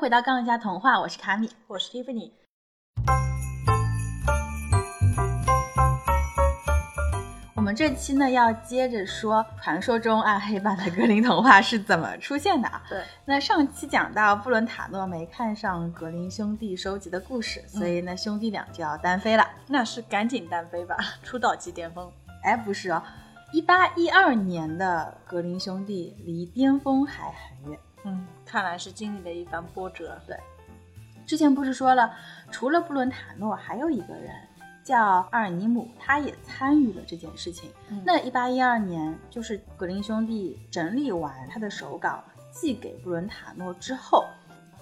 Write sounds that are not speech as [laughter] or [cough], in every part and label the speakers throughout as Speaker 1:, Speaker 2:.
Speaker 1: 回到《杠一下童话》，我是卡米。
Speaker 2: 我是蒂芙尼。
Speaker 1: 我们这期呢要接着说传说中暗黑版的格林童话是怎么出现的啊？
Speaker 2: 对，
Speaker 1: 那上期讲到布伦塔诺没看上格林兄弟收集的故事，
Speaker 2: 嗯
Speaker 1: 所以呢兄弟俩就要单飞了。
Speaker 2: 那是赶紧单飞吧， [laughs] 出道即巅峰。
Speaker 1: 哎，不是哦，一八一二年的格林兄弟离巅峰还很远。
Speaker 2: 嗯，看来是经历了一番波折。对，
Speaker 1: 之前不是说了，除了布伦塔诺，还有一个人叫阿尔尼姆，他也参与了这件事情。
Speaker 2: 嗯
Speaker 1: 那一八一二年，就是格林兄弟整理完他的手稿寄给布伦塔诺之后，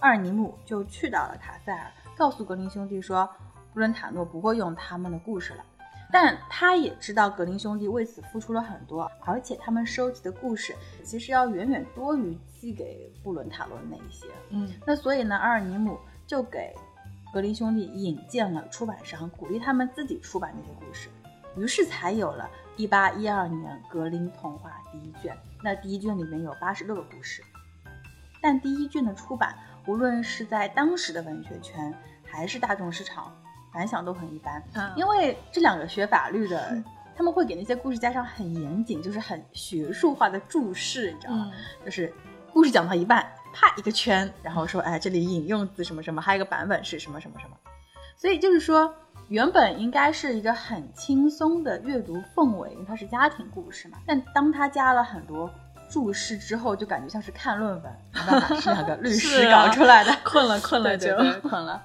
Speaker 1: 阿尔尼姆就去到了卡塞尔，告诉格林兄弟说，布伦塔诺不会用他们的故事了。但他也知道格林兄弟为此付出了很多，而且他们收集的故事其实要远远多于寄给布伦塔诺的那一些。
Speaker 2: 嗯
Speaker 1: 那所以呢，阿尔尼姆就给格林兄弟引荐了出版商，鼓励他们自己出版那些故事，于是才有了1812年格林童话第一卷。那第一卷里面有八十六个故事，但第一卷的出版，无论是在当时的文学圈还是大众市场，反响都很一般。
Speaker 2: 啊
Speaker 1: 因为这两个学法律的，他们会给那些故事加上很严谨，就是很学术化的注释，你知道吗？
Speaker 2: 嗯
Speaker 1: 就是故事讲到一半，啪一个圈，然后说，哎，这里引用自什么什么，还有一个版本是什么什么什么。所以就是说，原本应该是一个很轻松的阅读氛围，因为它是家庭故事嘛。但当它加了很多注释之后，就感觉像是看论文，没办法， [laughs] 是两个律
Speaker 2: 是
Speaker 1: 师
Speaker 2: 啊
Speaker 1: 搞出来的。
Speaker 2: 困了困了
Speaker 1: 对
Speaker 2: 就
Speaker 1: [laughs] 对对，困了。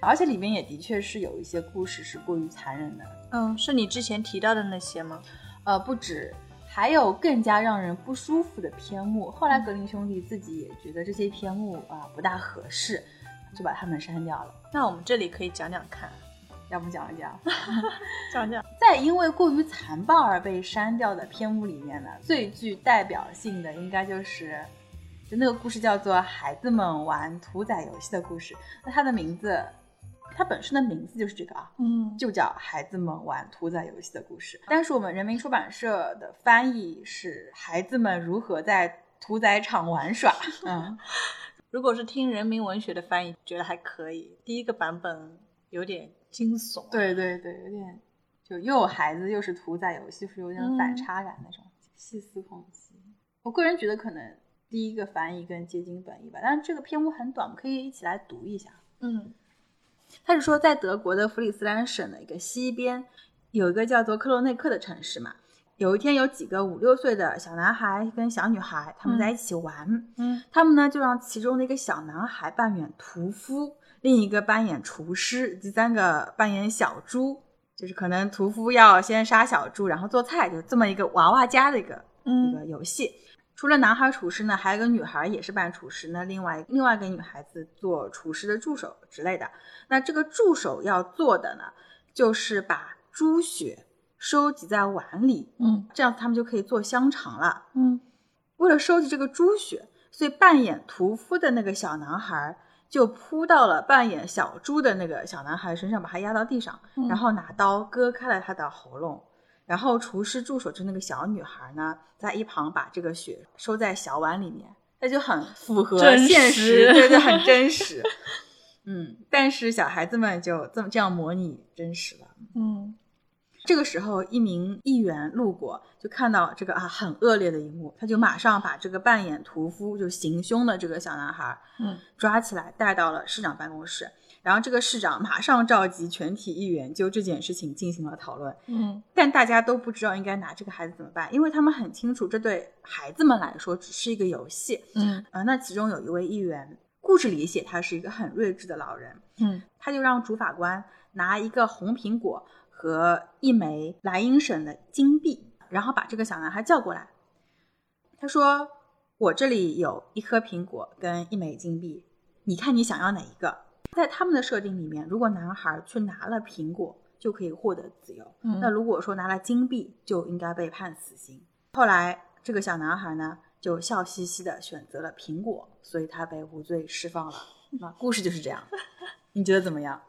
Speaker 1: 而且里面也的确是有一些故事是过于残忍的，
Speaker 2: [laughs] 嗯，是你之前提到的那些吗？
Speaker 1: 呃，不止，还有更加让人不舒服的篇目。后来格林兄弟自己也觉得这些篇目啊、不大合适，就把他们删掉了。
Speaker 2: 那我们这里可以讲讲看，
Speaker 1: 要不讲一讲，
Speaker 2: [laughs] 讲讲。
Speaker 1: 在因为过于残暴而被删掉的篇目里面呢，最具代表性的应该就是，就那个故事叫做《孩子们玩屠宰游戏的故事》。那它的名字，它本身的名字就是这个啊，
Speaker 2: 嗯，
Speaker 1: 就叫《孩子们玩屠宰游戏的故事》，但是我们人民出版社的翻译是《孩子们如何在屠宰场玩耍》。 [laughs] 嗯，
Speaker 2: 如果是听人民文学的翻译，觉得还可以。第一个版本有点惊悚。，
Speaker 1: 对对对，有点就又有孩子又是屠宰游戏，是有点反差感那种，细思恐极。嗯我个人觉得可能第一个翻译更接近本意吧，但是这个篇目很短，我们可以一起来读一下。
Speaker 2: 嗯
Speaker 1: 他是说，在德国的弗里斯兰省的一个西边，有一个叫做克罗内克的城市嘛。有一天，有几个五六岁的小男孩跟小女孩，他们在一起玩，
Speaker 2: 嗯
Speaker 1: 他们呢就让其中的一个小男孩扮演屠夫，另一个扮演厨师，第三个扮演小猪。就是可能屠夫要先杀小猪，然后做菜，就这么一个娃娃家的一个一个
Speaker 2: 嗯
Speaker 1: 游戏。除了男孩厨师呢，还有一个女孩也是扮厨师，那另外另外一个女孩子做厨师的助手之类的。那这个助手要做的呢，就是把猪血收集在碗里，
Speaker 2: 嗯
Speaker 1: 这样他们就可以做香肠了。
Speaker 2: 嗯
Speaker 1: 为了收集这个猪血，所以扮演屠夫的那个小男孩就扑到了扮演小猪的那个小男孩身上，把他压到地上。
Speaker 2: 嗯
Speaker 1: 然后拿刀割开了他的喉咙。然后厨师助手就是那个小女孩呢，在一旁把这个血收在小碗里面，那就很符合
Speaker 2: 真实
Speaker 1: 现实，对对，
Speaker 2: [laughs]
Speaker 1: 很真实。嗯，但是小孩子们就这么这样模拟真实了。
Speaker 2: 嗯
Speaker 1: 这个时候，一名议员路过，就看到这个啊很恶劣的一幕，他就马上把这个扮演屠夫就行凶的这个小男孩
Speaker 2: 嗯
Speaker 1: 抓起来带到了市长办公室，然后这个市长马上召集全体议员就这件事情进行了讨论，
Speaker 2: 嗯
Speaker 1: 但大家都不知道应该拿这个孩子怎么办，因为他们很清楚这对孩子们来说只是一个游戏。
Speaker 2: 嗯
Speaker 1: 啊、那其中有一位议员，故事里写他是一个很睿智的老人， [laughs]
Speaker 2: 嗯
Speaker 1: 他就让主法官拿一个红苹果和一枚莱茵省的金币，然后把这个小男孩叫过来。他说：“我这里有一颗苹果跟一枚金币，你看你想要哪一个？”在他们的设定里面，如果男孩去拿了苹果，就可以获得自由；
Speaker 2: 嗯
Speaker 1: 那如果说拿了金币，就应该被判死刑。后来，这个小男孩呢，就笑嘻嘻的选择了苹果，所以他被无罪释放了。那故事就是这样。你觉得怎么样？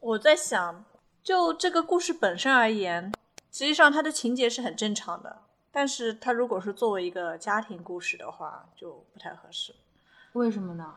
Speaker 2: 我在想，就这个故事本身而言，实际上它的情节是很正常的，但是它如果是作为一个家庭故事的话，就不太合适。
Speaker 1: 为什么呢？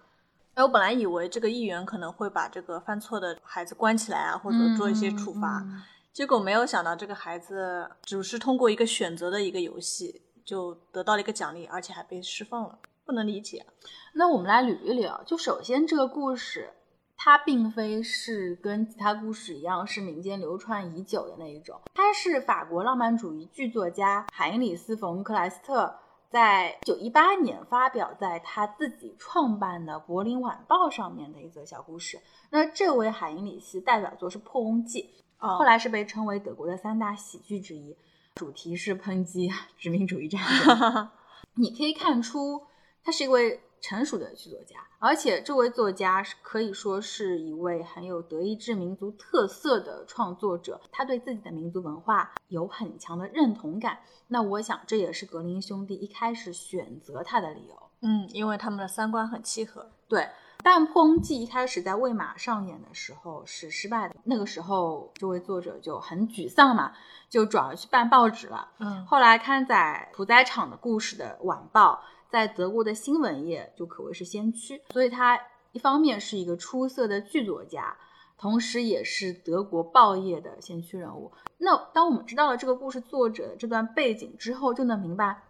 Speaker 2: 哎，我本来以为这个议员可能会把这个犯错的孩子关起来啊，或者做一些处罚，
Speaker 1: 嗯嗯
Speaker 2: 结果没有想到这个孩子只是通过一个选择的一个游戏就得到了一个奖励，而且还被释放了，不能理解。啊
Speaker 1: 那我们来捋一捋，就首先这个故事，它并非是跟其他故事一样是民间流传已久的那一种，它是法国浪漫主义剧作家海因里斯·冯·克莱斯特在一九一八年发表在他自己创办的《柏林晚报》上面的一则小故事。那这位海因里希代表作是《破翁记》，
Speaker 2: 哦
Speaker 1: 后来是被称为德国的三大喜剧之一，主题是抨击殖民主义战争。你可以看出，他是一位成熟的剧作家，而且这位作家是可以说是一位很有德意志民族特色的创作者，他对自己的民族文化有很强的认同感。那我想，这也是格林兄弟一开始选择他的理由。
Speaker 2: [laughs] 嗯，因为他们的三观很契合。
Speaker 1: 对，但《破翁记》一开始在魏玛上演的时候是失败的，那个时候这位作者就很沮丧嘛，就转而去办报纸了。
Speaker 2: 嗯，
Speaker 1: 后来刊载屠宰场的故事的晚报，在德国的新闻业就可谓是先驱，所以他一方面是一个出色的剧作家，同时也是德国报业的先驱人物。那当我们知道了这个故事作者的这段背景之后，就能明白。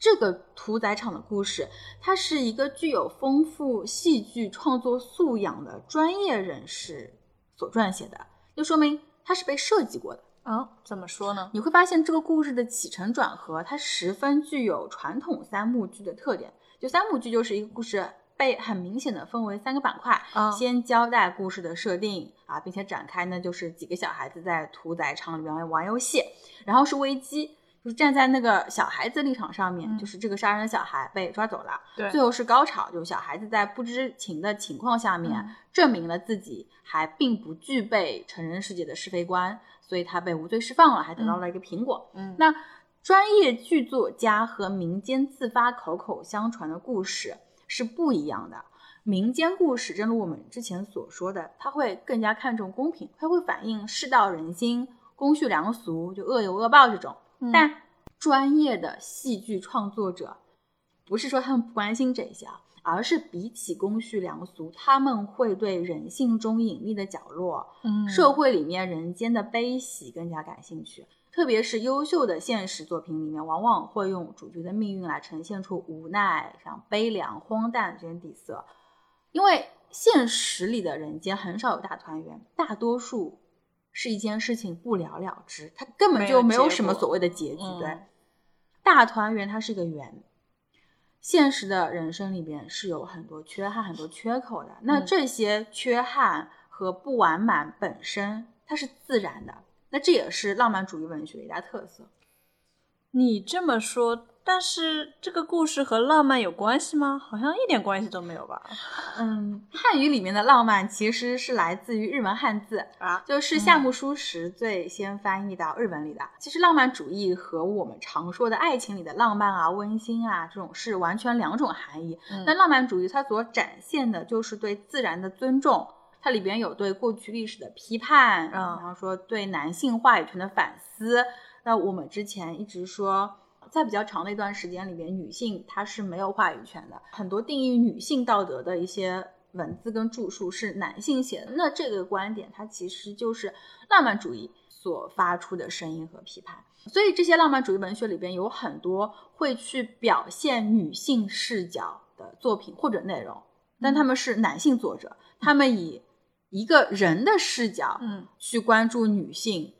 Speaker 1: 这个屠宰场的故事，它是一个具有丰富戏剧创作素养的专业人士所撰写的，就说明它是被设计过的。
Speaker 2: 啊，怎么说呢？
Speaker 1: 你会发现这个故事的起承转合，它十分具有传统三幕剧的特点。就三幕剧就是一个故事被很明显的分为三个板块，
Speaker 2: 啊
Speaker 1: 先交代故事的设定啊，并且展开呢就是几个小孩子在屠宰场里面玩游戏，然后是危机。就是站在那个小孩子立场上面，
Speaker 2: 嗯
Speaker 1: 就是这个杀人的小孩被抓走了。
Speaker 2: 对
Speaker 1: 最后是高潮，就是小孩子在不知情的情况下面，
Speaker 2: 嗯
Speaker 1: 证明了自己还并不具备成人世界的是非观，所以他被无罪释放了，还得到了一个苹果。
Speaker 2: 嗯，
Speaker 1: 那专业剧作家和民间自发口口相传的故事是不一样的。民间故事，正如我们之前所说的，它会更加看重公平，它会反映世道人心、公序良俗，就恶有恶报这种。
Speaker 2: 嗯
Speaker 1: 但专业的戏剧创作者，不是说他们不关心这些啊，而是比起公序良俗，他们会对人性中隐秘的角落、
Speaker 2: 嗯
Speaker 1: 社会里面人间的悲喜更加感兴趣。特别是优秀的现实作品里面，往往会用主角的命运来呈现出无奈、像悲凉、荒诞这些底色，因为现实里的人间很少有大团圆，大多数是一件事情不了了之，它根本就
Speaker 2: 没
Speaker 1: 没
Speaker 2: 有
Speaker 1: 有
Speaker 2: 结
Speaker 1: 什么
Speaker 2: 果
Speaker 1: 所谓的结局。
Speaker 2: 嗯
Speaker 1: 对，大团圆它是一个圆，现实的人生里边是有很多缺憾、很多缺口的。那
Speaker 2: 嗯
Speaker 1: 这些缺憾和不完满本身，它是自然的。那这也是浪漫主义文学的一大特色。
Speaker 2: 你这么说，但是这个故事和浪漫有关系吗？好像一点关系都没有吧？
Speaker 1: 嗯，汉语里面的浪漫其实是来自于日文汉字，
Speaker 2: 啊，
Speaker 1: 就是夏目漱石最先翻译到日本里的。其实浪漫主义和我们常说的爱情里的浪漫啊、温馨啊这种是完全两种含义。
Speaker 2: 嗯
Speaker 1: 那浪漫主义它所展现的就是对自然的尊重，它里边有对过去历史的批判，
Speaker 2: 嗯
Speaker 1: 然后说对男性话语权的反思。那我们之前一直说。在比较长的一段时间里边，女性她是没有话语权的。很多定义女性道德的一些文字跟著述是男性写的。那这个观点，它其实就是浪漫主义所发出的声音和批判。所以这些浪漫主义文学里边有很多会去表现女性视角的作品或者内容，但他们是男性作者，他们以一个人的视角
Speaker 2: 嗯
Speaker 1: 去关注女性，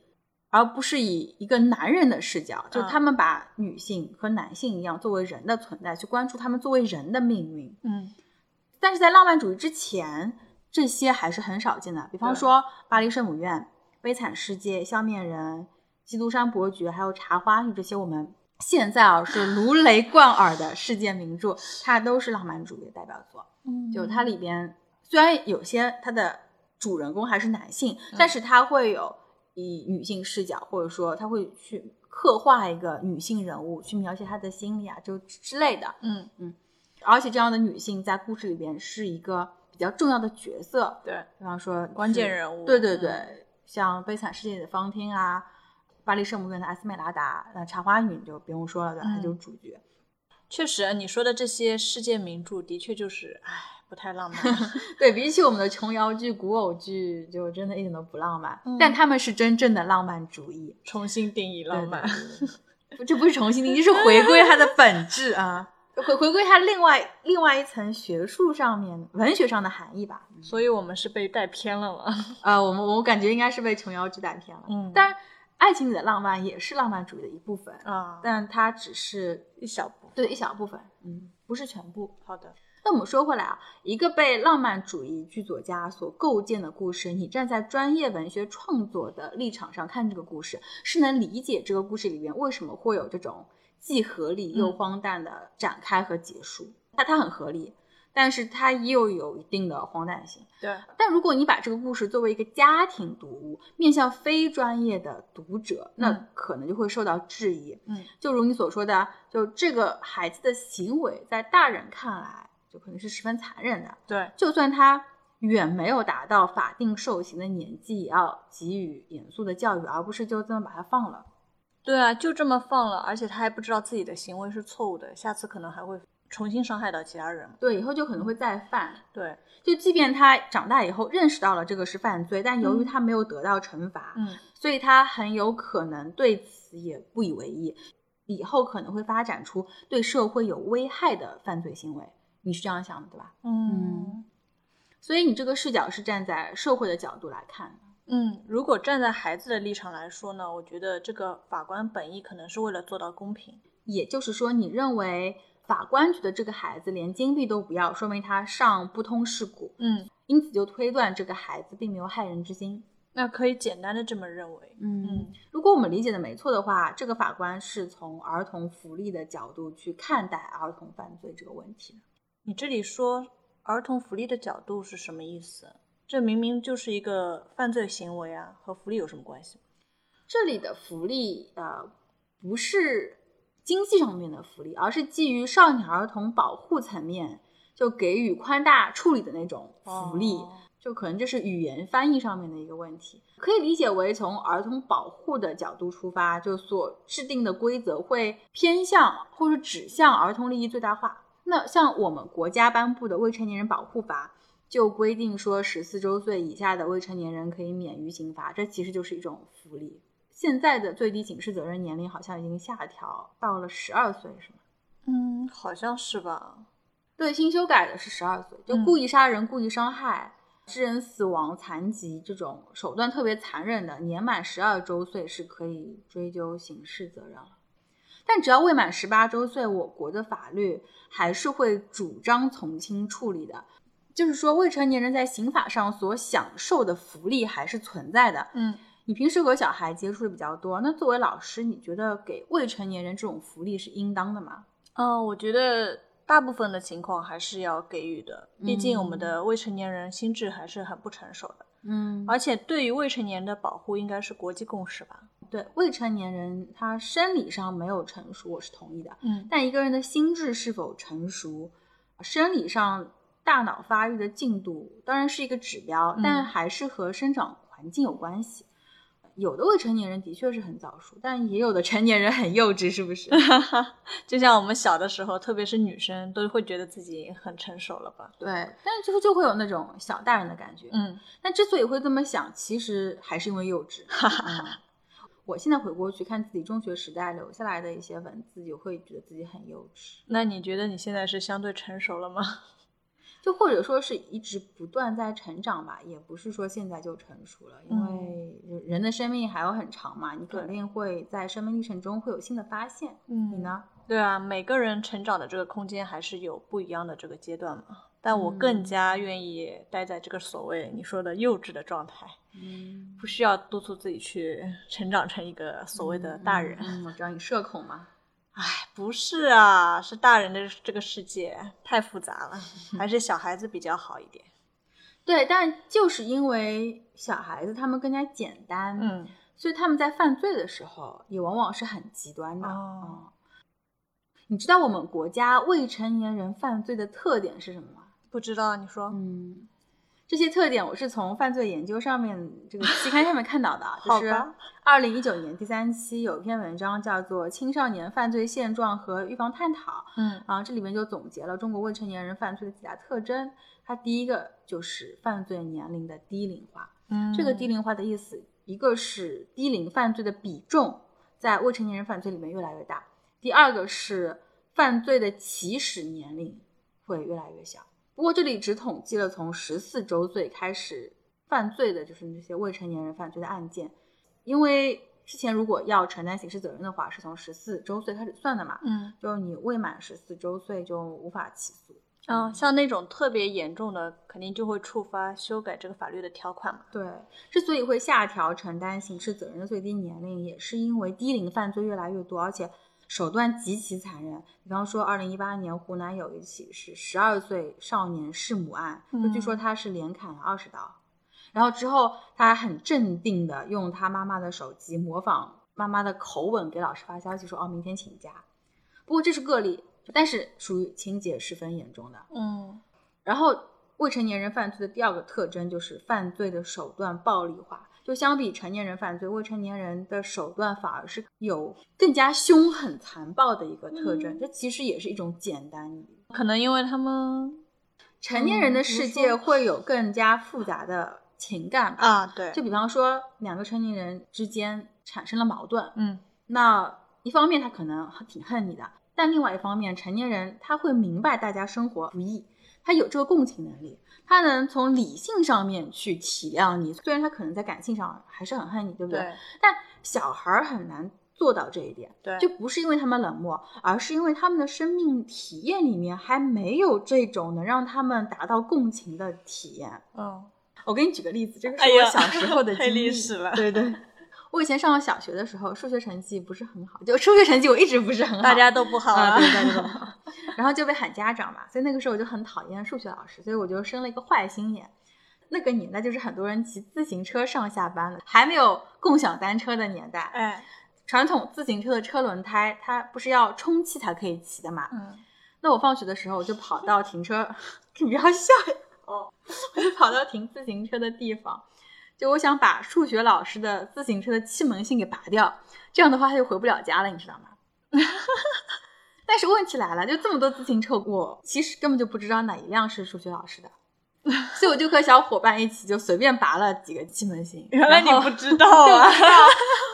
Speaker 1: 而不是以一个男人的视角，就是他们把女性和男性一样作为人的存在去关注他们作为人的命运。
Speaker 2: 嗯
Speaker 1: 但是在浪漫主义之前，这些还是很少见的。比方
Speaker 2: 对
Speaker 1: 说《巴黎圣母院》《悲惨世界》《笑面人》《基督山伯爵》，还有《茶花女》这些我们现在啊是如雷贯耳的世界名
Speaker 2: [laughs]
Speaker 1: 著，它都是浪漫主义的代表作。
Speaker 2: 嗯
Speaker 1: 就它里边虽然有些它的主人公还是男性，
Speaker 2: 嗯
Speaker 1: 但是它会有以女性视角，或者说它会去刻画一个女性人物，去描写她的心理啊，就之类的。
Speaker 2: 嗯
Speaker 1: 而且这样的女性在故事里边是一个比较重要的角色，
Speaker 2: 对
Speaker 1: 比方说
Speaker 2: 关键
Speaker 1: 是，
Speaker 2: 人物，
Speaker 1: 对对对，
Speaker 2: 嗯
Speaker 1: 像《悲惨世界》里的方汀啊，《巴黎圣母院》的阿斯美拉达，那《茶花女》你就不用说了，对吧，她、
Speaker 2: 嗯
Speaker 1: 就是主角。
Speaker 2: 确实你说的这些世界名著的确就是，哎，不太浪 [laughs] 漫。
Speaker 1: 对比起我们的琼瑶剧、古偶剧，就真的一点都不浪漫。
Speaker 2: 嗯
Speaker 1: 但他们是真正的浪漫主义，
Speaker 2: 重新定义浪漫，
Speaker 1: 对。对对对这 [laughs] 不是重新定义，这是回归它的本质
Speaker 2: [laughs]
Speaker 1: 啊，回回归它另外另外一层学术上面文学上的含义吧。
Speaker 2: 所以我们是被带偏了嘛？
Speaker 1: 呃，我们我感觉应该是被琼瑶剧带偏了。
Speaker 2: [laughs] 嗯
Speaker 1: 但爱情里的浪漫也是浪漫主义的一部分，
Speaker 2: [laughs] 啊，
Speaker 1: 但它只是
Speaker 2: 一小部分。
Speaker 1: 对一小部分，
Speaker 3: 嗯，
Speaker 1: 不是全部。
Speaker 2: 好的，
Speaker 1: 那我们说回来啊，一个被浪漫主义剧作家所构建的故事，你站在专业文学创作的立场上看这个故事，是能理解这个故事里面为什么会有这种既合理又
Speaker 2: 嗯
Speaker 1: 荒诞的展开和结束。它它很合理，但是它又有一定的荒诞性。
Speaker 2: 对，
Speaker 1: 但如果你把这个故事作为一个家庭读物，面向非专业的读者，那
Speaker 2: 嗯
Speaker 1: 可能就会受到质疑。
Speaker 2: 嗯，
Speaker 1: 就如你所说的，就这个孩子的行为，在大人看来，就可能是十分残忍的。
Speaker 2: 对，
Speaker 1: 就算他远没有达到法定受刑的年纪，也要给予严肃的教育，而不是就这么把他放了。
Speaker 2: 对啊，就这么放了，而且他还不知道自己的行为是错误的，下次可能还会重新伤害到其他人。
Speaker 1: 对，以后就可能会再犯。
Speaker 2: 对，
Speaker 1: 就即便他长大以后认识到了这个是犯罪，但由于
Speaker 2: 嗯
Speaker 1: 他没有得到惩罚，
Speaker 2: 嗯，
Speaker 1: 所以他很有可能对此也不以为意，以后可能会发展出对社会有危害的犯罪行为。你是这样想的，对吧？
Speaker 2: 嗯
Speaker 1: 所以你这个视角是站在社会的角度来看的。
Speaker 2: 嗯，如果站在孩子的立场来说呢，我觉得这个法官本意可能是为了做到公平。
Speaker 1: 也就是说，你认为法官觉得这个孩子连金币都不要，说明他上不通世故，
Speaker 2: 嗯，
Speaker 1: 因此就推断这个孩子并没有害人之心。
Speaker 2: 那可以简单的这么认为。
Speaker 1: 嗯
Speaker 2: 嗯
Speaker 1: 如果我们理解的没错的话，这个法官是从儿童福利的角度去看待儿童犯罪这个问题的。
Speaker 2: 你这里说儿童福利的角度是什么意思？这明明就是一个犯罪行为啊，和福利有什么关系？
Speaker 1: 这里的福利，呃，不是经济上面的福利，而是基于少年儿童保护层面就给予宽大处理的那种福利。
Speaker 2: 哦
Speaker 1: 就可能这是语言翻译上面的一个问题，可以理解为从儿童保护的角度出发，就所制定的规则会偏向或者指向儿童利益最大化。那像我们国家颁布的《未成年人保护法》就规定说，十四周岁以下的未成年人可以免于刑罚，这其实就是一种福利。现在的最低刑事责任年龄好像已经下调到了十二岁，是吗？
Speaker 2: 嗯，好像是吧。
Speaker 1: 对，新修改的是十二岁，就
Speaker 2: 嗯
Speaker 1: 故意杀人、故意伤害、致人死亡、残疾这种手段特别残忍的，年满十二周岁是可以追究刑事责任了。但只要未满十八周岁，我国的法律还是会主张从轻处理的。就是说，未成年人在刑法上所享受的福利还是存在的。
Speaker 2: 嗯，
Speaker 1: 你平时和小孩接触的比较多，那作为老师，你觉得给未成年人这种福利是应当的吗？
Speaker 2: 嗯，我觉得大部分的情况还是要给予的，毕竟我们
Speaker 1: 嗯
Speaker 2: 的未成年人心智还是很不成熟的，
Speaker 1: 嗯
Speaker 2: 而且对于未成年的保护应该是国际共识吧。
Speaker 1: 对未成年人，他生理上没有成熟，我是同意的。
Speaker 2: 嗯，
Speaker 1: 但一个人的心智是否成熟，生理上大脑发育的进度当然是一个指标，
Speaker 2: 嗯
Speaker 1: 但还是和生长环境有关系。有的未成年人的确是很早熟，但也有的成年人很幼稚，是不
Speaker 2: [laughs]
Speaker 1: 是？
Speaker 2: [laughs] 就像我们小的时候，特别是女生，都会觉得自己很成熟了吧？
Speaker 1: 对，但就是就会有那种小大人的感觉。
Speaker 2: 嗯
Speaker 1: 但之所以会这么想，其实还是因为幼稚。嗯我现在回过去看自己中学时代留下来的一些文字，也会觉得自己很幼稚。
Speaker 2: 那你觉得你现在是相对成熟了吗？ [laughs]
Speaker 1: 就或者说是一直不断在成长吧，也不是说现在就成熟了，因为人人的生命还有很长嘛，你肯
Speaker 2: 嗯对
Speaker 1: 定会在生命历程中会有新的发现。
Speaker 2: 嗯
Speaker 1: 你？呢？
Speaker 2: 对啊，每个人成长的这个空间还是有不一样的这个阶段嘛。但我更
Speaker 1: 嗯
Speaker 2: 加愿意待在这个所谓你说的幼稚的状态。
Speaker 1: 嗯，
Speaker 2: 不需要督促自己去成长成一个所谓的大人。
Speaker 1: 嗯，我知道你社恐嘛。
Speaker 2: [laughs] 哎，不是啊，是大人的这个世界太复杂 [laughs] 了，还是小孩子比较好一点。
Speaker 1: 对，但就是因为小孩子他们更加简单，，
Speaker 2: 嗯，
Speaker 1: 所以他们在犯罪的时候也往往是很极端的。
Speaker 2: 哦
Speaker 1: 嗯，你知道我们国家未成年人犯罪的特点是什么吗？
Speaker 2: 不知道你说，
Speaker 1: 嗯，这些特点我是从犯罪研究上面这个期刊上面看到
Speaker 2: [laughs]
Speaker 1: 的啊，就
Speaker 2: 好
Speaker 1: 是
Speaker 2: 吧
Speaker 1: 二零一九年第三期有一篇文章叫做《青少年犯罪现状和预防探讨》，
Speaker 2: 嗯
Speaker 1: 然后这里面就总结了中国未成年人犯罪的几大特征。它第一个就是犯罪年龄的低龄化，
Speaker 2: 嗯
Speaker 1: 这个低龄化的意思，一个是低龄犯罪的比重在未成年人犯罪里面越来越大，第二个是犯罪的起始年龄会越来越小。不过这里只统计了从十四周岁开始犯罪的，就是那些未成年人犯罪的案件，因为之前如果要承担刑事责任的话，是从十四周岁开始算的嘛，
Speaker 2: 嗯
Speaker 1: 就你未满十四周岁就无法起诉。
Speaker 2: 啊，像那种特别严重的，肯定就会触发修改这个法律的条款嘛。
Speaker 1: 对，之所以会下调承担刑事责任的最低年龄，也是因为低龄犯罪越来越多，而且手段极其残忍。比方说，二零一八年湖南有一起是十二岁少年弑母案，就据说他是连砍了二十刀，然后之后他还很镇定的用他妈妈的手机模仿妈妈的口吻给老师发消息说：“哦，明天请假。”不过这是个例，但是属于情节十分严重的。
Speaker 2: 嗯
Speaker 1: 然后未成年人犯罪的第二个特征就是犯罪的手段暴力化，就相比成年人犯罪，未成年人的手段反而是有更加凶狠残暴的一个特征。
Speaker 2: 嗯
Speaker 1: 这其实也是一种简单语。
Speaker 2: 可能因为他们
Speaker 1: 成年人的世界
Speaker 2: 嗯
Speaker 1: 会有更加复杂的情感吧，
Speaker 2: 啊，对
Speaker 1: 就比方说两个成年人之间产生了矛盾，
Speaker 2: 嗯
Speaker 1: 那一方面他可能挺恨你的，但另外一方面，成年人他会明白大家生活不易，他有这个共情能力，他能从理性上面去体谅你，虽然他可能在感性上还是很恨你，对不对？
Speaker 2: 对
Speaker 1: 但小孩儿很难做到这一点，
Speaker 2: 对，
Speaker 1: 就不是因为他们冷漠，而是因为他们的生命体验里面还没有这种能让他们达到共情的体验。
Speaker 2: 嗯
Speaker 1: 我给你举个例子，这个是
Speaker 2: 哎
Speaker 1: 我
Speaker 2: 呀
Speaker 1: 小时
Speaker 2: [laughs]
Speaker 1: 候的经
Speaker 2: 黑
Speaker 1: 历。
Speaker 2: 历史了
Speaker 1: 对对， [laughs] 我以前上小学的时候，数学成绩不是很好，就数学成绩我一直不是很好，
Speaker 2: 大家都不好
Speaker 1: 啊，
Speaker 2: 啊，
Speaker 1: 对大家都不好。然后就被喊家长嘛，所以那个时候我就很讨厌数学老师，所以我就生了一个坏心眼。那个年代就是很多人骑自行车上下班了，还没有共享单车的年代。
Speaker 2: [laughs] 哎
Speaker 1: 传统自行车的车轮胎，它不是要充气才可以骑的嘛？
Speaker 2: 嗯
Speaker 1: 那我放学的时候，我就跑到停车， [laughs] 你不要笑哦，我就跑到停自行车的地方，就我想把数学老师的自行车的气门芯给拔掉，这样的话他就回不了家了，你知道吗？ [laughs] 但是问题来了，就这么多自行车，我其实根本就不知道哪一辆是数学老师的，所以我就和小伙伴一起就随便拔了几个气门芯。
Speaker 2: 原来你
Speaker 1: 然后
Speaker 2: 不知道 [laughs] 啊，
Speaker 1: [laughs]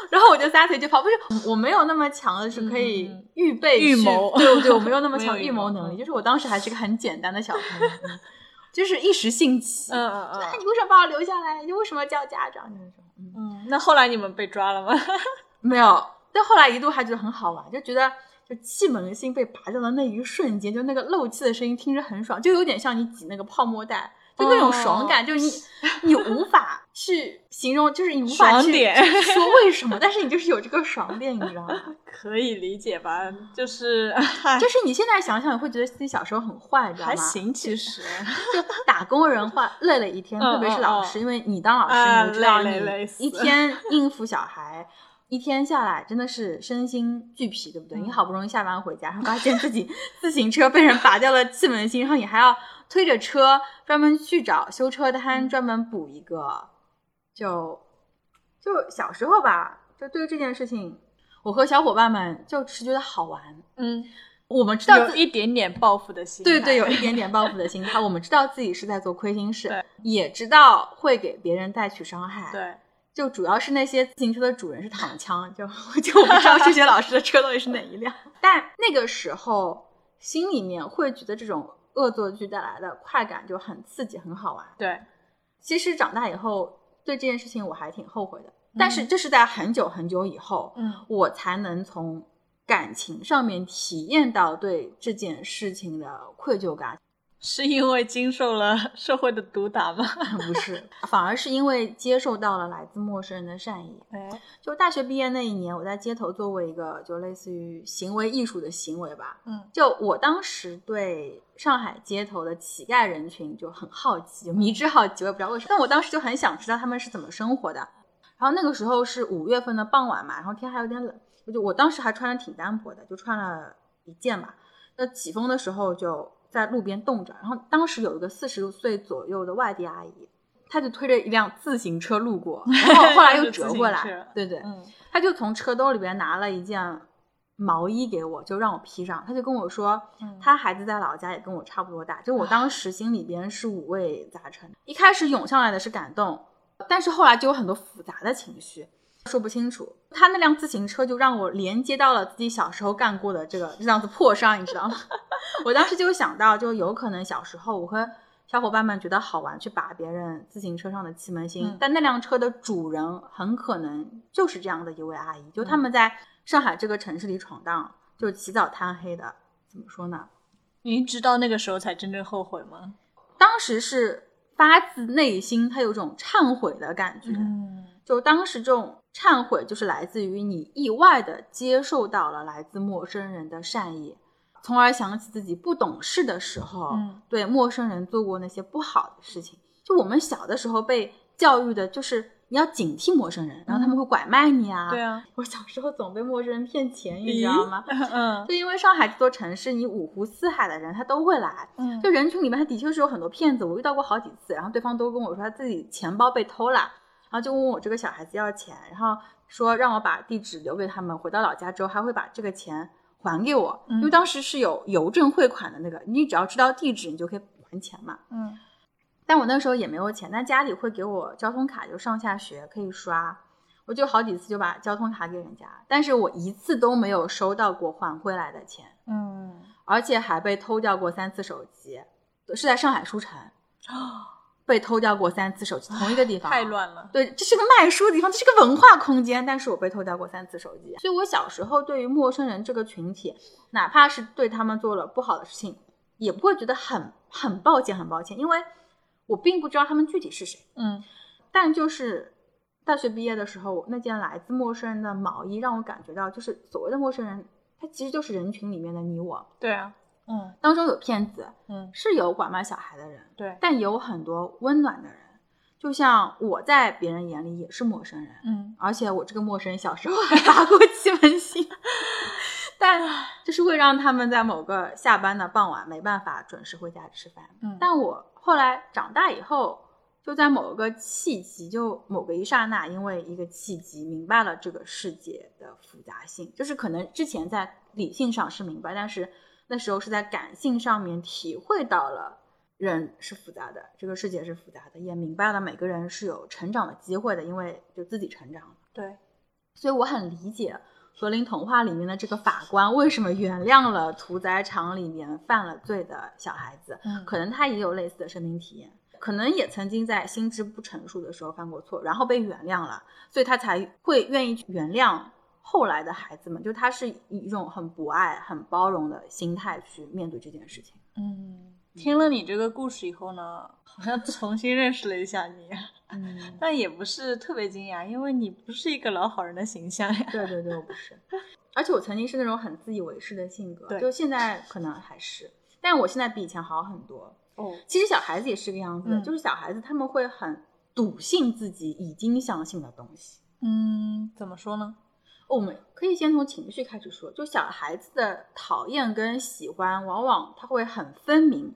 Speaker 1: 然后我就撒腿就跑，不是我没有那么强的是可以
Speaker 2: 嗯
Speaker 1: 预备去
Speaker 2: 预谋
Speaker 1: 对不对？我没有那么强
Speaker 2: [laughs] 没有
Speaker 1: 预
Speaker 2: 预
Speaker 1: 谋
Speaker 2: 谋
Speaker 1: 能力，
Speaker 2: 嗯
Speaker 1: 就是我当时还是个很简单的小朋友，嗯就是一时兴起，
Speaker 2: 嗯嗯
Speaker 1: 啊，你
Speaker 2: 嗯
Speaker 1: 为什么把我留下来？你为什么要叫家长？就是这种，嗯，
Speaker 2: 嗯，那后来你们被抓了吗？ [laughs]
Speaker 1: 没有。但后来一度还觉得很好玩，就觉得就气门芯被拔掉的那一瞬间，就那个漏气的声音听着很爽，就有点像你挤那个泡沫袋。就那种爽
Speaker 2: 哦
Speaker 1: 感，就是你，你无法去形容，就是你无法
Speaker 2: 爽
Speaker 1: 去
Speaker 2: 点
Speaker 1: 去说为什么，但是你就是有这个爽点，你知道吗？
Speaker 2: [laughs] 可以理解吧，就是
Speaker 1: 就是你现在想想，会觉得自己小时候很坏，你知道吗？
Speaker 2: [laughs] 还，行，其实
Speaker 1: 就打工人坏累了一天，
Speaker 2: 嗯
Speaker 1: 特别是老师，因为你当老师，你就知道
Speaker 2: 啊累累
Speaker 1: 你
Speaker 2: 累死
Speaker 1: 一
Speaker 2: [laughs]
Speaker 1: 天应付小孩。一天下来真的是身心俱疲，对不对？
Speaker 2: 嗯
Speaker 1: 你好不容易下班回家，然后发现自己自行车被人拔掉了气门芯，然后你还要推着车专门去找修车
Speaker 2: 嗯
Speaker 1: 摊，专门补一个。就就小时候吧，就对于这件事情，我和小伙伴们就只是觉得好玩。
Speaker 2: 嗯，
Speaker 1: 我们知道自
Speaker 2: 有一点点报复的心态，
Speaker 1: 对对，
Speaker 2: [laughs]
Speaker 1: 有一点点报复的心态。我们知道自己是在做亏心事
Speaker 2: 对，
Speaker 1: 也知道会给别人带去伤害。，
Speaker 2: 对，
Speaker 1: 就主要是那些自行车的主人是躺枪，就就我不知道数学老师的车到底是哪一
Speaker 2: [laughs]
Speaker 1: 辆。但那个时候心里面会觉得这种恶作剧带来的快感就很刺激，很好玩。
Speaker 2: 对，
Speaker 1: 其实长大以后对这件事情我还挺后悔的，但是这是在很久很久以后，
Speaker 2: 嗯
Speaker 1: 我才能从感情上面体验到对这件事情的愧疚感。
Speaker 2: 是因为经受了社会的毒打吗？
Speaker 1: [laughs] 不是，反而是因为接受到了来自陌生人的善意。
Speaker 2: 哎，
Speaker 1: 就大学毕业那一年，我在街头做过一个就类似于行为艺术的行为吧。
Speaker 2: 嗯，
Speaker 1: 就我当时对上海街头的乞丐人群就很好奇，迷之好奇，我也不知道为什么。但我当时就很想知道他们是怎么生活的。然后那个时候是五月份的傍晚嘛，然后天还有点冷，我就我当时还穿的挺单薄的，就穿了一件吧。那起风的时候就在路边冻着，然后当时有一个四十岁左右的外地阿姨，她就推着一辆自行车路过，然后后来
Speaker 2: [laughs]
Speaker 1: 又折过
Speaker 2: 自行车
Speaker 1: 来，对对，
Speaker 2: 嗯，
Speaker 1: 她就从车兜里边拿了一件毛衣给我，就让我披上，她就跟我说，
Speaker 2: 嗯
Speaker 1: 他孩子在老家也跟我差不多大，就我当时心里边是五味杂陈。一开始涌上来的是感动，但是后来就有很多复杂的情绪，说不清楚。他那辆自行车就让我连接到了自己小时候干过的这个这样子破伤，你知道吗？ [laughs] 我当时就想到，就有可能小时候我和小伙伴们觉得好玩，去拔别人自行车上的气门芯，
Speaker 2: 嗯
Speaker 1: 但那辆车的主人很可能就是这样的一位阿姨，就
Speaker 2: 嗯
Speaker 1: 他们在上海这个城市里闯荡，就起早贪黑的，怎么说呢？
Speaker 2: 你直到那个时候才真正后悔吗？
Speaker 1: 当时是发自内心，他有种忏悔的感觉。
Speaker 2: 嗯
Speaker 1: 就当时这种忏悔，就是来自于你意外的接受到了来自陌生人的善意，从而想起自己不懂事的时候，
Speaker 2: 嗯
Speaker 1: 对陌生人做过那些不好的事情。就我们小的时候被教育的，就是你要警惕陌生人，然后他们会拐卖你啊。
Speaker 2: [laughs] 嗯对啊，
Speaker 1: 我小时候总被陌生人骗钱，你知道吗？
Speaker 2: 嗯
Speaker 1: 就因为上海这座城市，你五湖四海的人他都会来，
Speaker 2: [laughs] 嗯
Speaker 1: 就人群里面，他的确是有很多骗子，我遇到过好几次，然后对方都跟我说他自己钱包被偷了，然后就问我这个小孩子要钱，然后说让我把地址留给他们，回到老家之后还会把这个钱还给我，因为
Speaker 2: 嗯
Speaker 1: 当时是有邮政汇款的那个，你只要知道地址，你就可以还钱嘛。
Speaker 2: 嗯
Speaker 1: 但我那时候也没有钱，但家里会给我交通卡，就上下学可以刷，我就好几次就把交通卡给人家，但是我一次都没有收到过还回来的钱。
Speaker 2: 嗯，
Speaker 1: 而且还被偷掉过三次手机，是在上海书城被偷掉过三次手机，同一个地方。
Speaker 2: 哦太。乱了。
Speaker 1: 对，这是个卖书的地方，这是个文化空间，但是我被偷掉过三次手机，所以我小时候对于陌生人这个群体，哪怕是对他们做了不好的事情，也不会觉得很很抱歉，很抱歉，因为我并不知道他们具体是谁。
Speaker 2: 嗯
Speaker 1: 但就是大学毕业的时候，那件来自陌生人的毛衣让我感觉到，就是所谓的陌生人，他其实就是人群里面的你我。
Speaker 2: 对啊，嗯
Speaker 1: 当中有骗子，
Speaker 2: 嗯，
Speaker 1: 是有拐卖小孩的人，
Speaker 2: 对，
Speaker 1: 但也有很多温暖的人。就像我在别人眼里也是陌生人，
Speaker 2: 嗯
Speaker 1: 而且我这个陌生人小时候还打过七门星， [laughs] 但就是会让他们在某个下班的傍晚没办法准时回家吃饭。
Speaker 2: 嗯
Speaker 1: 但我后来长大以后，就在某个契机，就某个一刹那，因为一个契机，明白了这个世界的复杂性。就是可能之前在理性上是明白，但是那时候是在感性上面体会到了。人是复杂的，这个世界是复杂的，也明白了每个人是有成长的机会的，因为就自己成长了。
Speaker 2: 对，
Speaker 1: 所以我很理解《格林童话》里面的这个法官为什么原谅了屠宰场里面犯了罪的小孩子，
Speaker 2: 嗯
Speaker 1: 可能他也有类似的生命体验，可能也曾经在心智不成熟的时候犯过错，然后被原谅了，所以他才会愿意去原谅后来的孩子们，就他是以一种很博爱、很包容的心态去面对这件事情。
Speaker 2: 嗯，听了你这个故事以后呢，好像重新认识了一下你，
Speaker 1: 嗯，
Speaker 2: 但也不是特别惊讶，因为你不是一个老好人的形象呀。
Speaker 1: [laughs] 对对对，我不是，而且我曾经是那种很自以为是的性格，
Speaker 2: 对
Speaker 1: 就现在可能还是，但我现在比以前好很多。
Speaker 2: [laughs] 哦，
Speaker 1: 其实小孩子也是这个样子的，
Speaker 2: 嗯
Speaker 1: 就是小孩子他们会很笃信自己已经相信的东西。
Speaker 2: 嗯，怎么说呢？
Speaker 1: 我们可以先从情绪开始说，就小孩子的讨厌跟喜欢，往往他会很分明，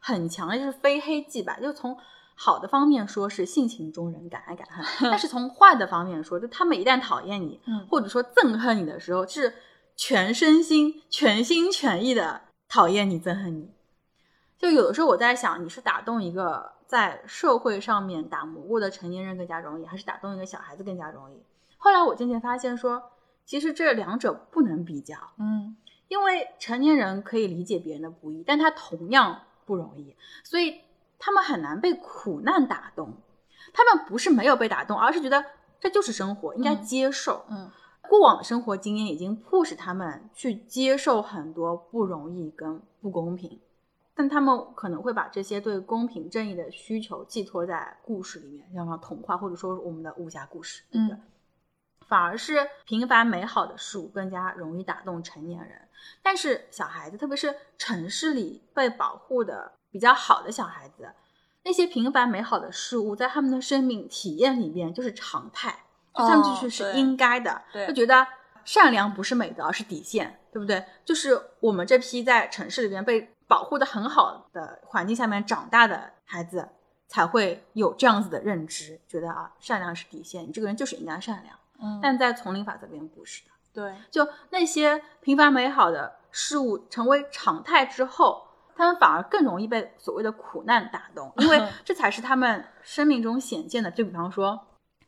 Speaker 1: 很强烈，就是非黑即白。就从好的方面说，是性情中人，敢爱敢恨；但是从坏的方面说，就他们一旦讨厌你，
Speaker 2: 嗯
Speaker 1: 或者说憎恨你的时候，是全身心、全心全意的讨厌你、憎恨你。就有的时候我在想，你是打动一个在社会上面打磨过的成年人更加容易，还是打动一个小孩子更加容易？后来我渐渐发现说，其实这两者不能比较，
Speaker 2: 嗯
Speaker 1: 因为成年人可以理解别人的不易，但他同样不容易，所以他们很难被苦难打动。他们不是没有被打动，而是觉得这就是生活，应该
Speaker 2: 嗯
Speaker 1: 接受。
Speaker 2: 嗯
Speaker 1: 过往的生活经验已经迫使他们去接受很多不容易跟不公平，但他们可能会把这些对公平正义的需求寄托在故事里面，像童话或者说我们的武侠故事，对不对？
Speaker 2: 嗯
Speaker 1: 反而是平凡美好的事物更加容易打动成年人，但是小孩子，特别是城市里被保护的比较好的小孩子，那些平凡美好的事物在他们的生命体验里面就是常态。就他们就是
Speaker 2: 哦
Speaker 1: 是
Speaker 2: 对
Speaker 1: 应该的，
Speaker 2: 对
Speaker 1: 就觉得善良不是美德，而是底线，对不对？就是我们这批在城市里边被保护的很好的环境下面长大的孩子，才会有这样子的认知，觉得啊，善良是底线，你这个人就是应该善良。
Speaker 2: 嗯，
Speaker 1: 但在丛林法则里面不是的，
Speaker 2: 对，
Speaker 1: 就那些平凡美好的事物成为常态之后，他们反而更容易被所谓的苦难打动，因
Speaker 2: [laughs]
Speaker 1: 为这才是他们生命中显见的。就比方说。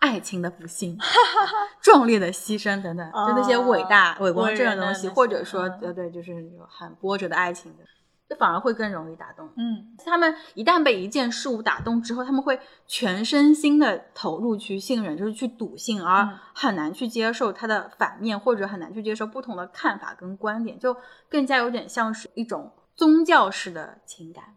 Speaker 1: 爱情的不
Speaker 2: [laughs]
Speaker 1: 幸、壮烈的牺牲等等，就那些伟大、
Speaker 2: 哦
Speaker 1: 伟光
Speaker 2: 伟
Speaker 1: 正
Speaker 2: 人
Speaker 1: 的东
Speaker 2: 的
Speaker 1: 西，
Speaker 2: 那
Speaker 1: 或
Speaker 2: 些
Speaker 1: 者说，
Speaker 2: 嗯
Speaker 1: 呃，对，就是有很波折的爱情的，这反而会更容易打动。
Speaker 2: 嗯
Speaker 1: 他们一旦被一件事物打动之后，他们会全身心的投入去信任，就是去笃信，而
Speaker 2: 嗯
Speaker 1: 很难去接受它的反面，或者很难去接受不同的看法跟观点，就更加有点像是一种宗教式的情感。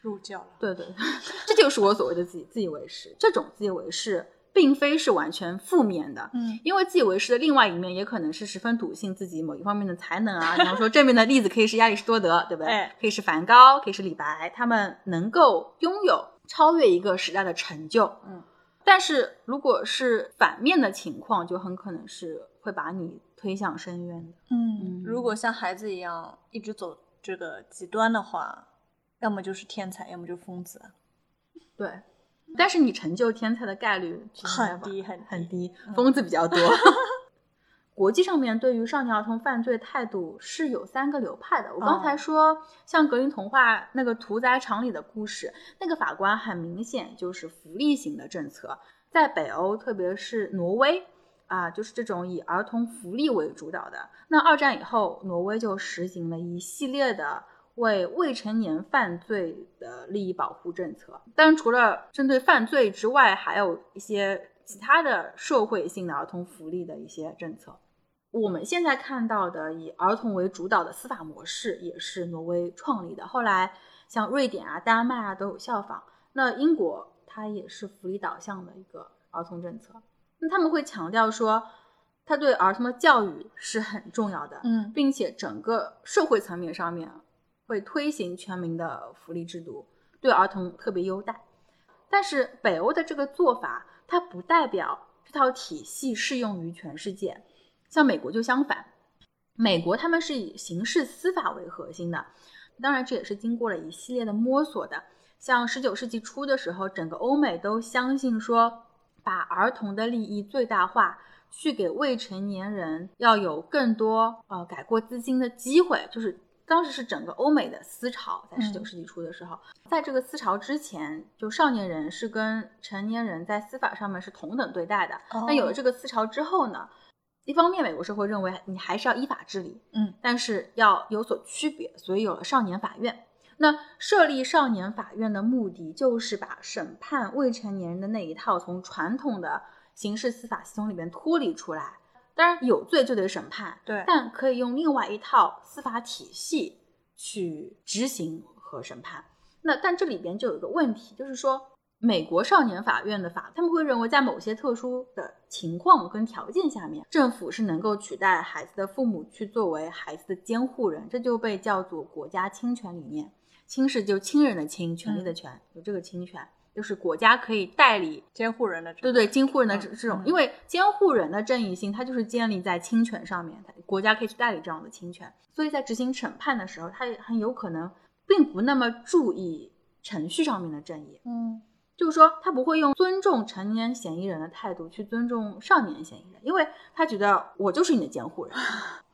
Speaker 2: 入教了，
Speaker 1: 对对，对 [laughs] 这就是我所谓的自己自以为是。这种自以为是，并非是完全负面的，
Speaker 2: 嗯
Speaker 1: 因为自以为是的另外一面，也可能是十分笃信自己某一方面的才能啊。比方说，正面的例子可以是亚里士多德，对不对？
Speaker 2: 哎
Speaker 1: 可以是梵高，可以是李白，他们能够拥有超越一个时代的成就。
Speaker 2: 嗯，
Speaker 1: 但是如果是反面的情况，就很可能是会把你推向深渊的。嗯
Speaker 2: 嗯，如果像孩子一样一直走这个极端的话，要么就是天才，要么就是疯子，
Speaker 1: 对。但是你成就天才的概率其实
Speaker 2: 很
Speaker 1: 还
Speaker 2: 低很
Speaker 1: 很
Speaker 2: 低。
Speaker 1: 低，
Speaker 2: 嗯
Speaker 1: 疯子比较多。国际上面对于少年儿童犯罪态度是有三个流派的。我刚才说，像格林童话那个屠宰场里的故事，那个法官很明显就是福利型的政策，在北欧，特别是挪威。啊，就是这种以儿童福利为主导的。那二战以后，挪威就实行了一系列的为未成年犯罪的利益保护政策。当然，除了针对犯罪之外，还有一些其他的社会性的儿童福利的一些政策。我们现在看到的以儿童为主导的司法模式，也是挪威创立的。后来，像瑞典啊、丹麦啊都有效仿。那英国它也是福利导向的一个儿童政策。那他们会强调说，他对儿童的教育是很重要的，
Speaker 2: 嗯
Speaker 1: 并且整个社会层面上面会推行全民的福利制度，对儿童特别优待。但是北欧的这个做法，它不代表这套体系适用于全世界，像美国就相反，美国他们是以刑事司法为核心的，当然这也是经过了一系列的摸索的。像十九世纪初的时候，整个欧美都相信说，把儿童的利益最大化，去给未成年人要有更多呃改过自新的机会，就是当时是整个欧美的思潮，在十九
Speaker 2: 嗯
Speaker 1: 世纪初的时候，在这个思潮之前，就少年人是跟成年人在司法上面是同等对待的。
Speaker 2: 哦
Speaker 1: 那有了这个思潮之后呢，一方面美国社会认为你还是要依法治理，
Speaker 2: 嗯，
Speaker 1: 但是要有所区别，所以有了少年法院。那设立少年法院的目的就是把审判未成年人的那一套从传统的刑事司法系统里面脱离出来。当然，有罪就得审判，
Speaker 2: 对
Speaker 1: 但可以用另外一套司法体系去执行和审判。那但这里边就有一个问题，就是说美国少年法院的法，他们会认为在某些特殊的情况跟条件下面，政府是能够取代孩子的父母去作为孩子的监护人，这就被叫做国家侵权理念。侵是就亲人的侵，权利的权，有这个侵权，就是国家可以代理
Speaker 2: 监护人的这
Speaker 1: 对
Speaker 2: 个
Speaker 1: 对，监护人的这
Speaker 2: 嗯
Speaker 1: 这种，
Speaker 2: 嗯
Speaker 1: 因为监护人的正义性，它就是建立在侵权上面，它国家可以去代理这样的侵权，所以在执行审判的时候，它也很有可能并不那么注意程序上面的正义，
Speaker 2: 嗯
Speaker 1: 就是说他不会用尊重成年嫌疑人的态度去尊重少年嫌疑人，因为他觉得我就是你的监护人，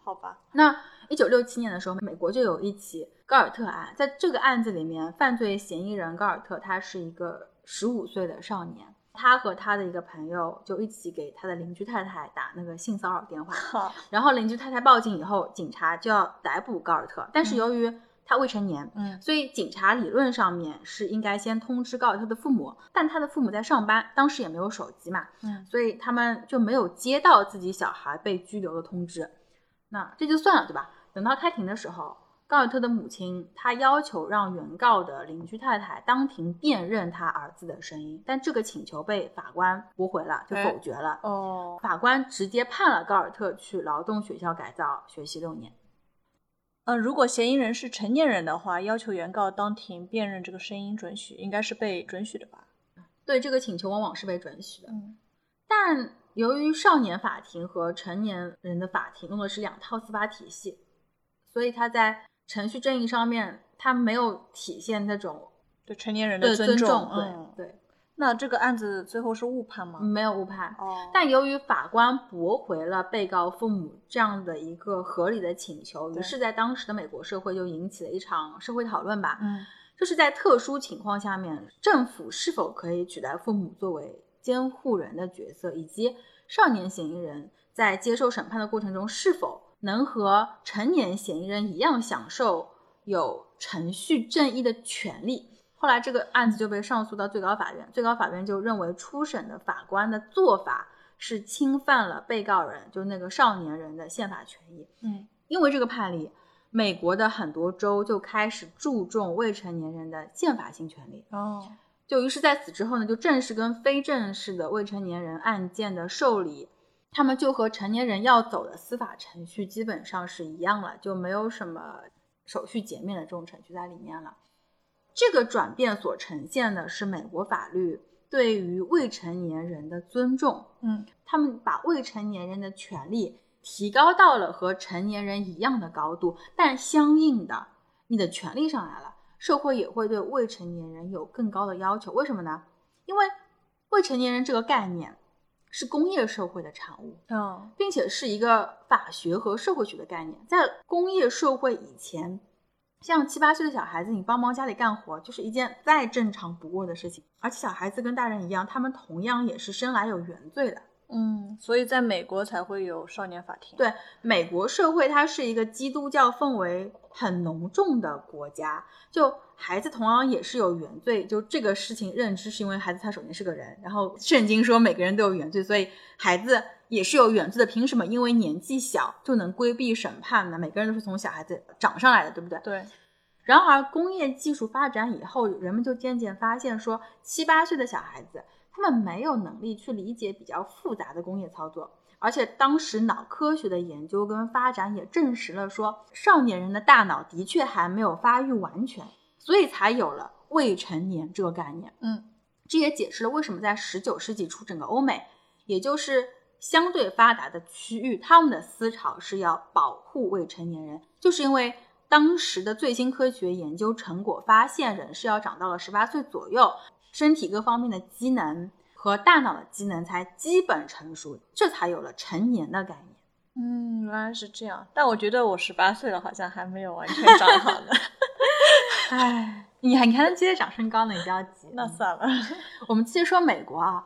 Speaker 2: 好吧，
Speaker 1: 那一九六七年的时候，美国就有一起高尔特案，在这个案子里面，犯罪嫌疑人高尔特他是一个十五岁的少年，他和他的一个朋友就一起给他的邻居太太打那个性骚扰电话，
Speaker 2: 好，
Speaker 1: 然后邻居太太报警以后，警察就要逮捕高尔特，但是由于他未成年，
Speaker 2: [laughs] 嗯
Speaker 1: 所以警察理论上面是应该先通知高尔特的父母，但他的父母在上班，当时也没有手机嘛，
Speaker 2: 嗯
Speaker 1: 所以他们就没有接到自己小孩被拘留的通知。那这就算了，对吧？等到开庭的时候，高尔特的母亲她要求让原告的邻居太太当庭辨认她儿子的声音，但这个请求被法官驳回了，就
Speaker 2: 哎
Speaker 1: 否决了。
Speaker 2: 哦，
Speaker 1: 法官直接判了高尔特去劳动学校改造学习六年。
Speaker 2: 呃，如果嫌疑人是成年人的话，要求原告当庭辨认这个声音准许，应该是被准许的吧？
Speaker 1: 对这个请求往往是被准许的，
Speaker 2: 嗯
Speaker 1: 但由于少年法庭和成年人的法庭用的是两套司法体系，所以他在程序正义上面，它没有体现那种
Speaker 2: 对成年人
Speaker 1: 对
Speaker 2: 的
Speaker 1: 尊
Speaker 2: 重。
Speaker 1: 对、
Speaker 2: 嗯，
Speaker 1: 对，嗯
Speaker 2: 那这个案子最后是误判吗？
Speaker 1: 没有误判。
Speaker 2: 哦但
Speaker 1: 但由于法官驳回了被告父母这样的一个合理的请求，于
Speaker 2: 对
Speaker 1: 是，在当时的美国社会就引起了一场社会讨论吧。
Speaker 2: 嗯，
Speaker 1: 就是在特殊情况下面，政府是否可以取代父母作为监护人的角色，以及少年嫌疑人在接受审判的过程中是否能和成年嫌疑人一样享受有程序正义的权利？后来这个案子就被上诉到最高法院，最高法院就认为初审的法官的做法是侵犯了被告人，就那个少年人的宪法权益。
Speaker 2: 嗯，
Speaker 1: 因为这个判例，美国的很多州就开始注重未成年人的宪法性权利。
Speaker 2: 哦，
Speaker 1: 就于是在此之后呢，就正式跟非正式的未成年人案件的受理，他们就和成年人要走的司法程序基本上是一样了，就没有什么手续减免的这种程序在里面了。这个转变所呈现的是美国法律对于未成年人的尊重，
Speaker 2: 嗯，
Speaker 1: 他们把未成年人的权利提高到了和成年人一样的高度，但相应的，你的权利上来了，社会也会对未成年人有更高的要求。为什么呢？因为未成年人这个概念是工业社会的产物，
Speaker 2: 哦，
Speaker 1: 并且是一个法学和社会学的概念。在工业社会以前，像七八岁的小孩子，你帮忙家里干活，就是一件再正常不过的事情。而且小孩子跟大人一样，他们同样也是生来有原罪的。
Speaker 2: 嗯，所以在美国才会有少年法庭。
Speaker 1: 对美国社会，它是一个基督教氛围很浓重的国家，就孩子同样也是有原罪，就这个事情认知是因为孩子他首先是个人，然后圣经说每个人都有原罪，所以孩子也是有原罪的，凭什么因为年纪小就能规避审判呢？每个人都是从小孩子长上来的，对不对？
Speaker 2: 对，
Speaker 1: 然而，工业技术发展以后，人们就渐渐发现说，七八岁的小孩子他们没有能力去理解比较复杂的工业操作。而且当时脑科学的研究跟发展也证实了说，少年人的大脑的确还没有发育完全，所以才有了未成年这个概念。
Speaker 2: 嗯，
Speaker 1: 这也解释了为什么在十九世纪初，整个欧美，也就是相对发达的区域，他们的思潮是要保护未成年人，就是因为当时的最新科学研究成果发现，人是要长到了十八岁左右，身体各方面的机能和大脑的机能才基本成熟，这才有了成年的概念。
Speaker 2: 嗯，原来是这样。但我觉得我十八岁了，好像还没有完 [laughs] 全长好呢。
Speaker 1: [laughs] 哎，你还你还能接着长身高呢，你不要急。
Speaker 2: 那算了。
Speaker 1: 我们接着说美国啊，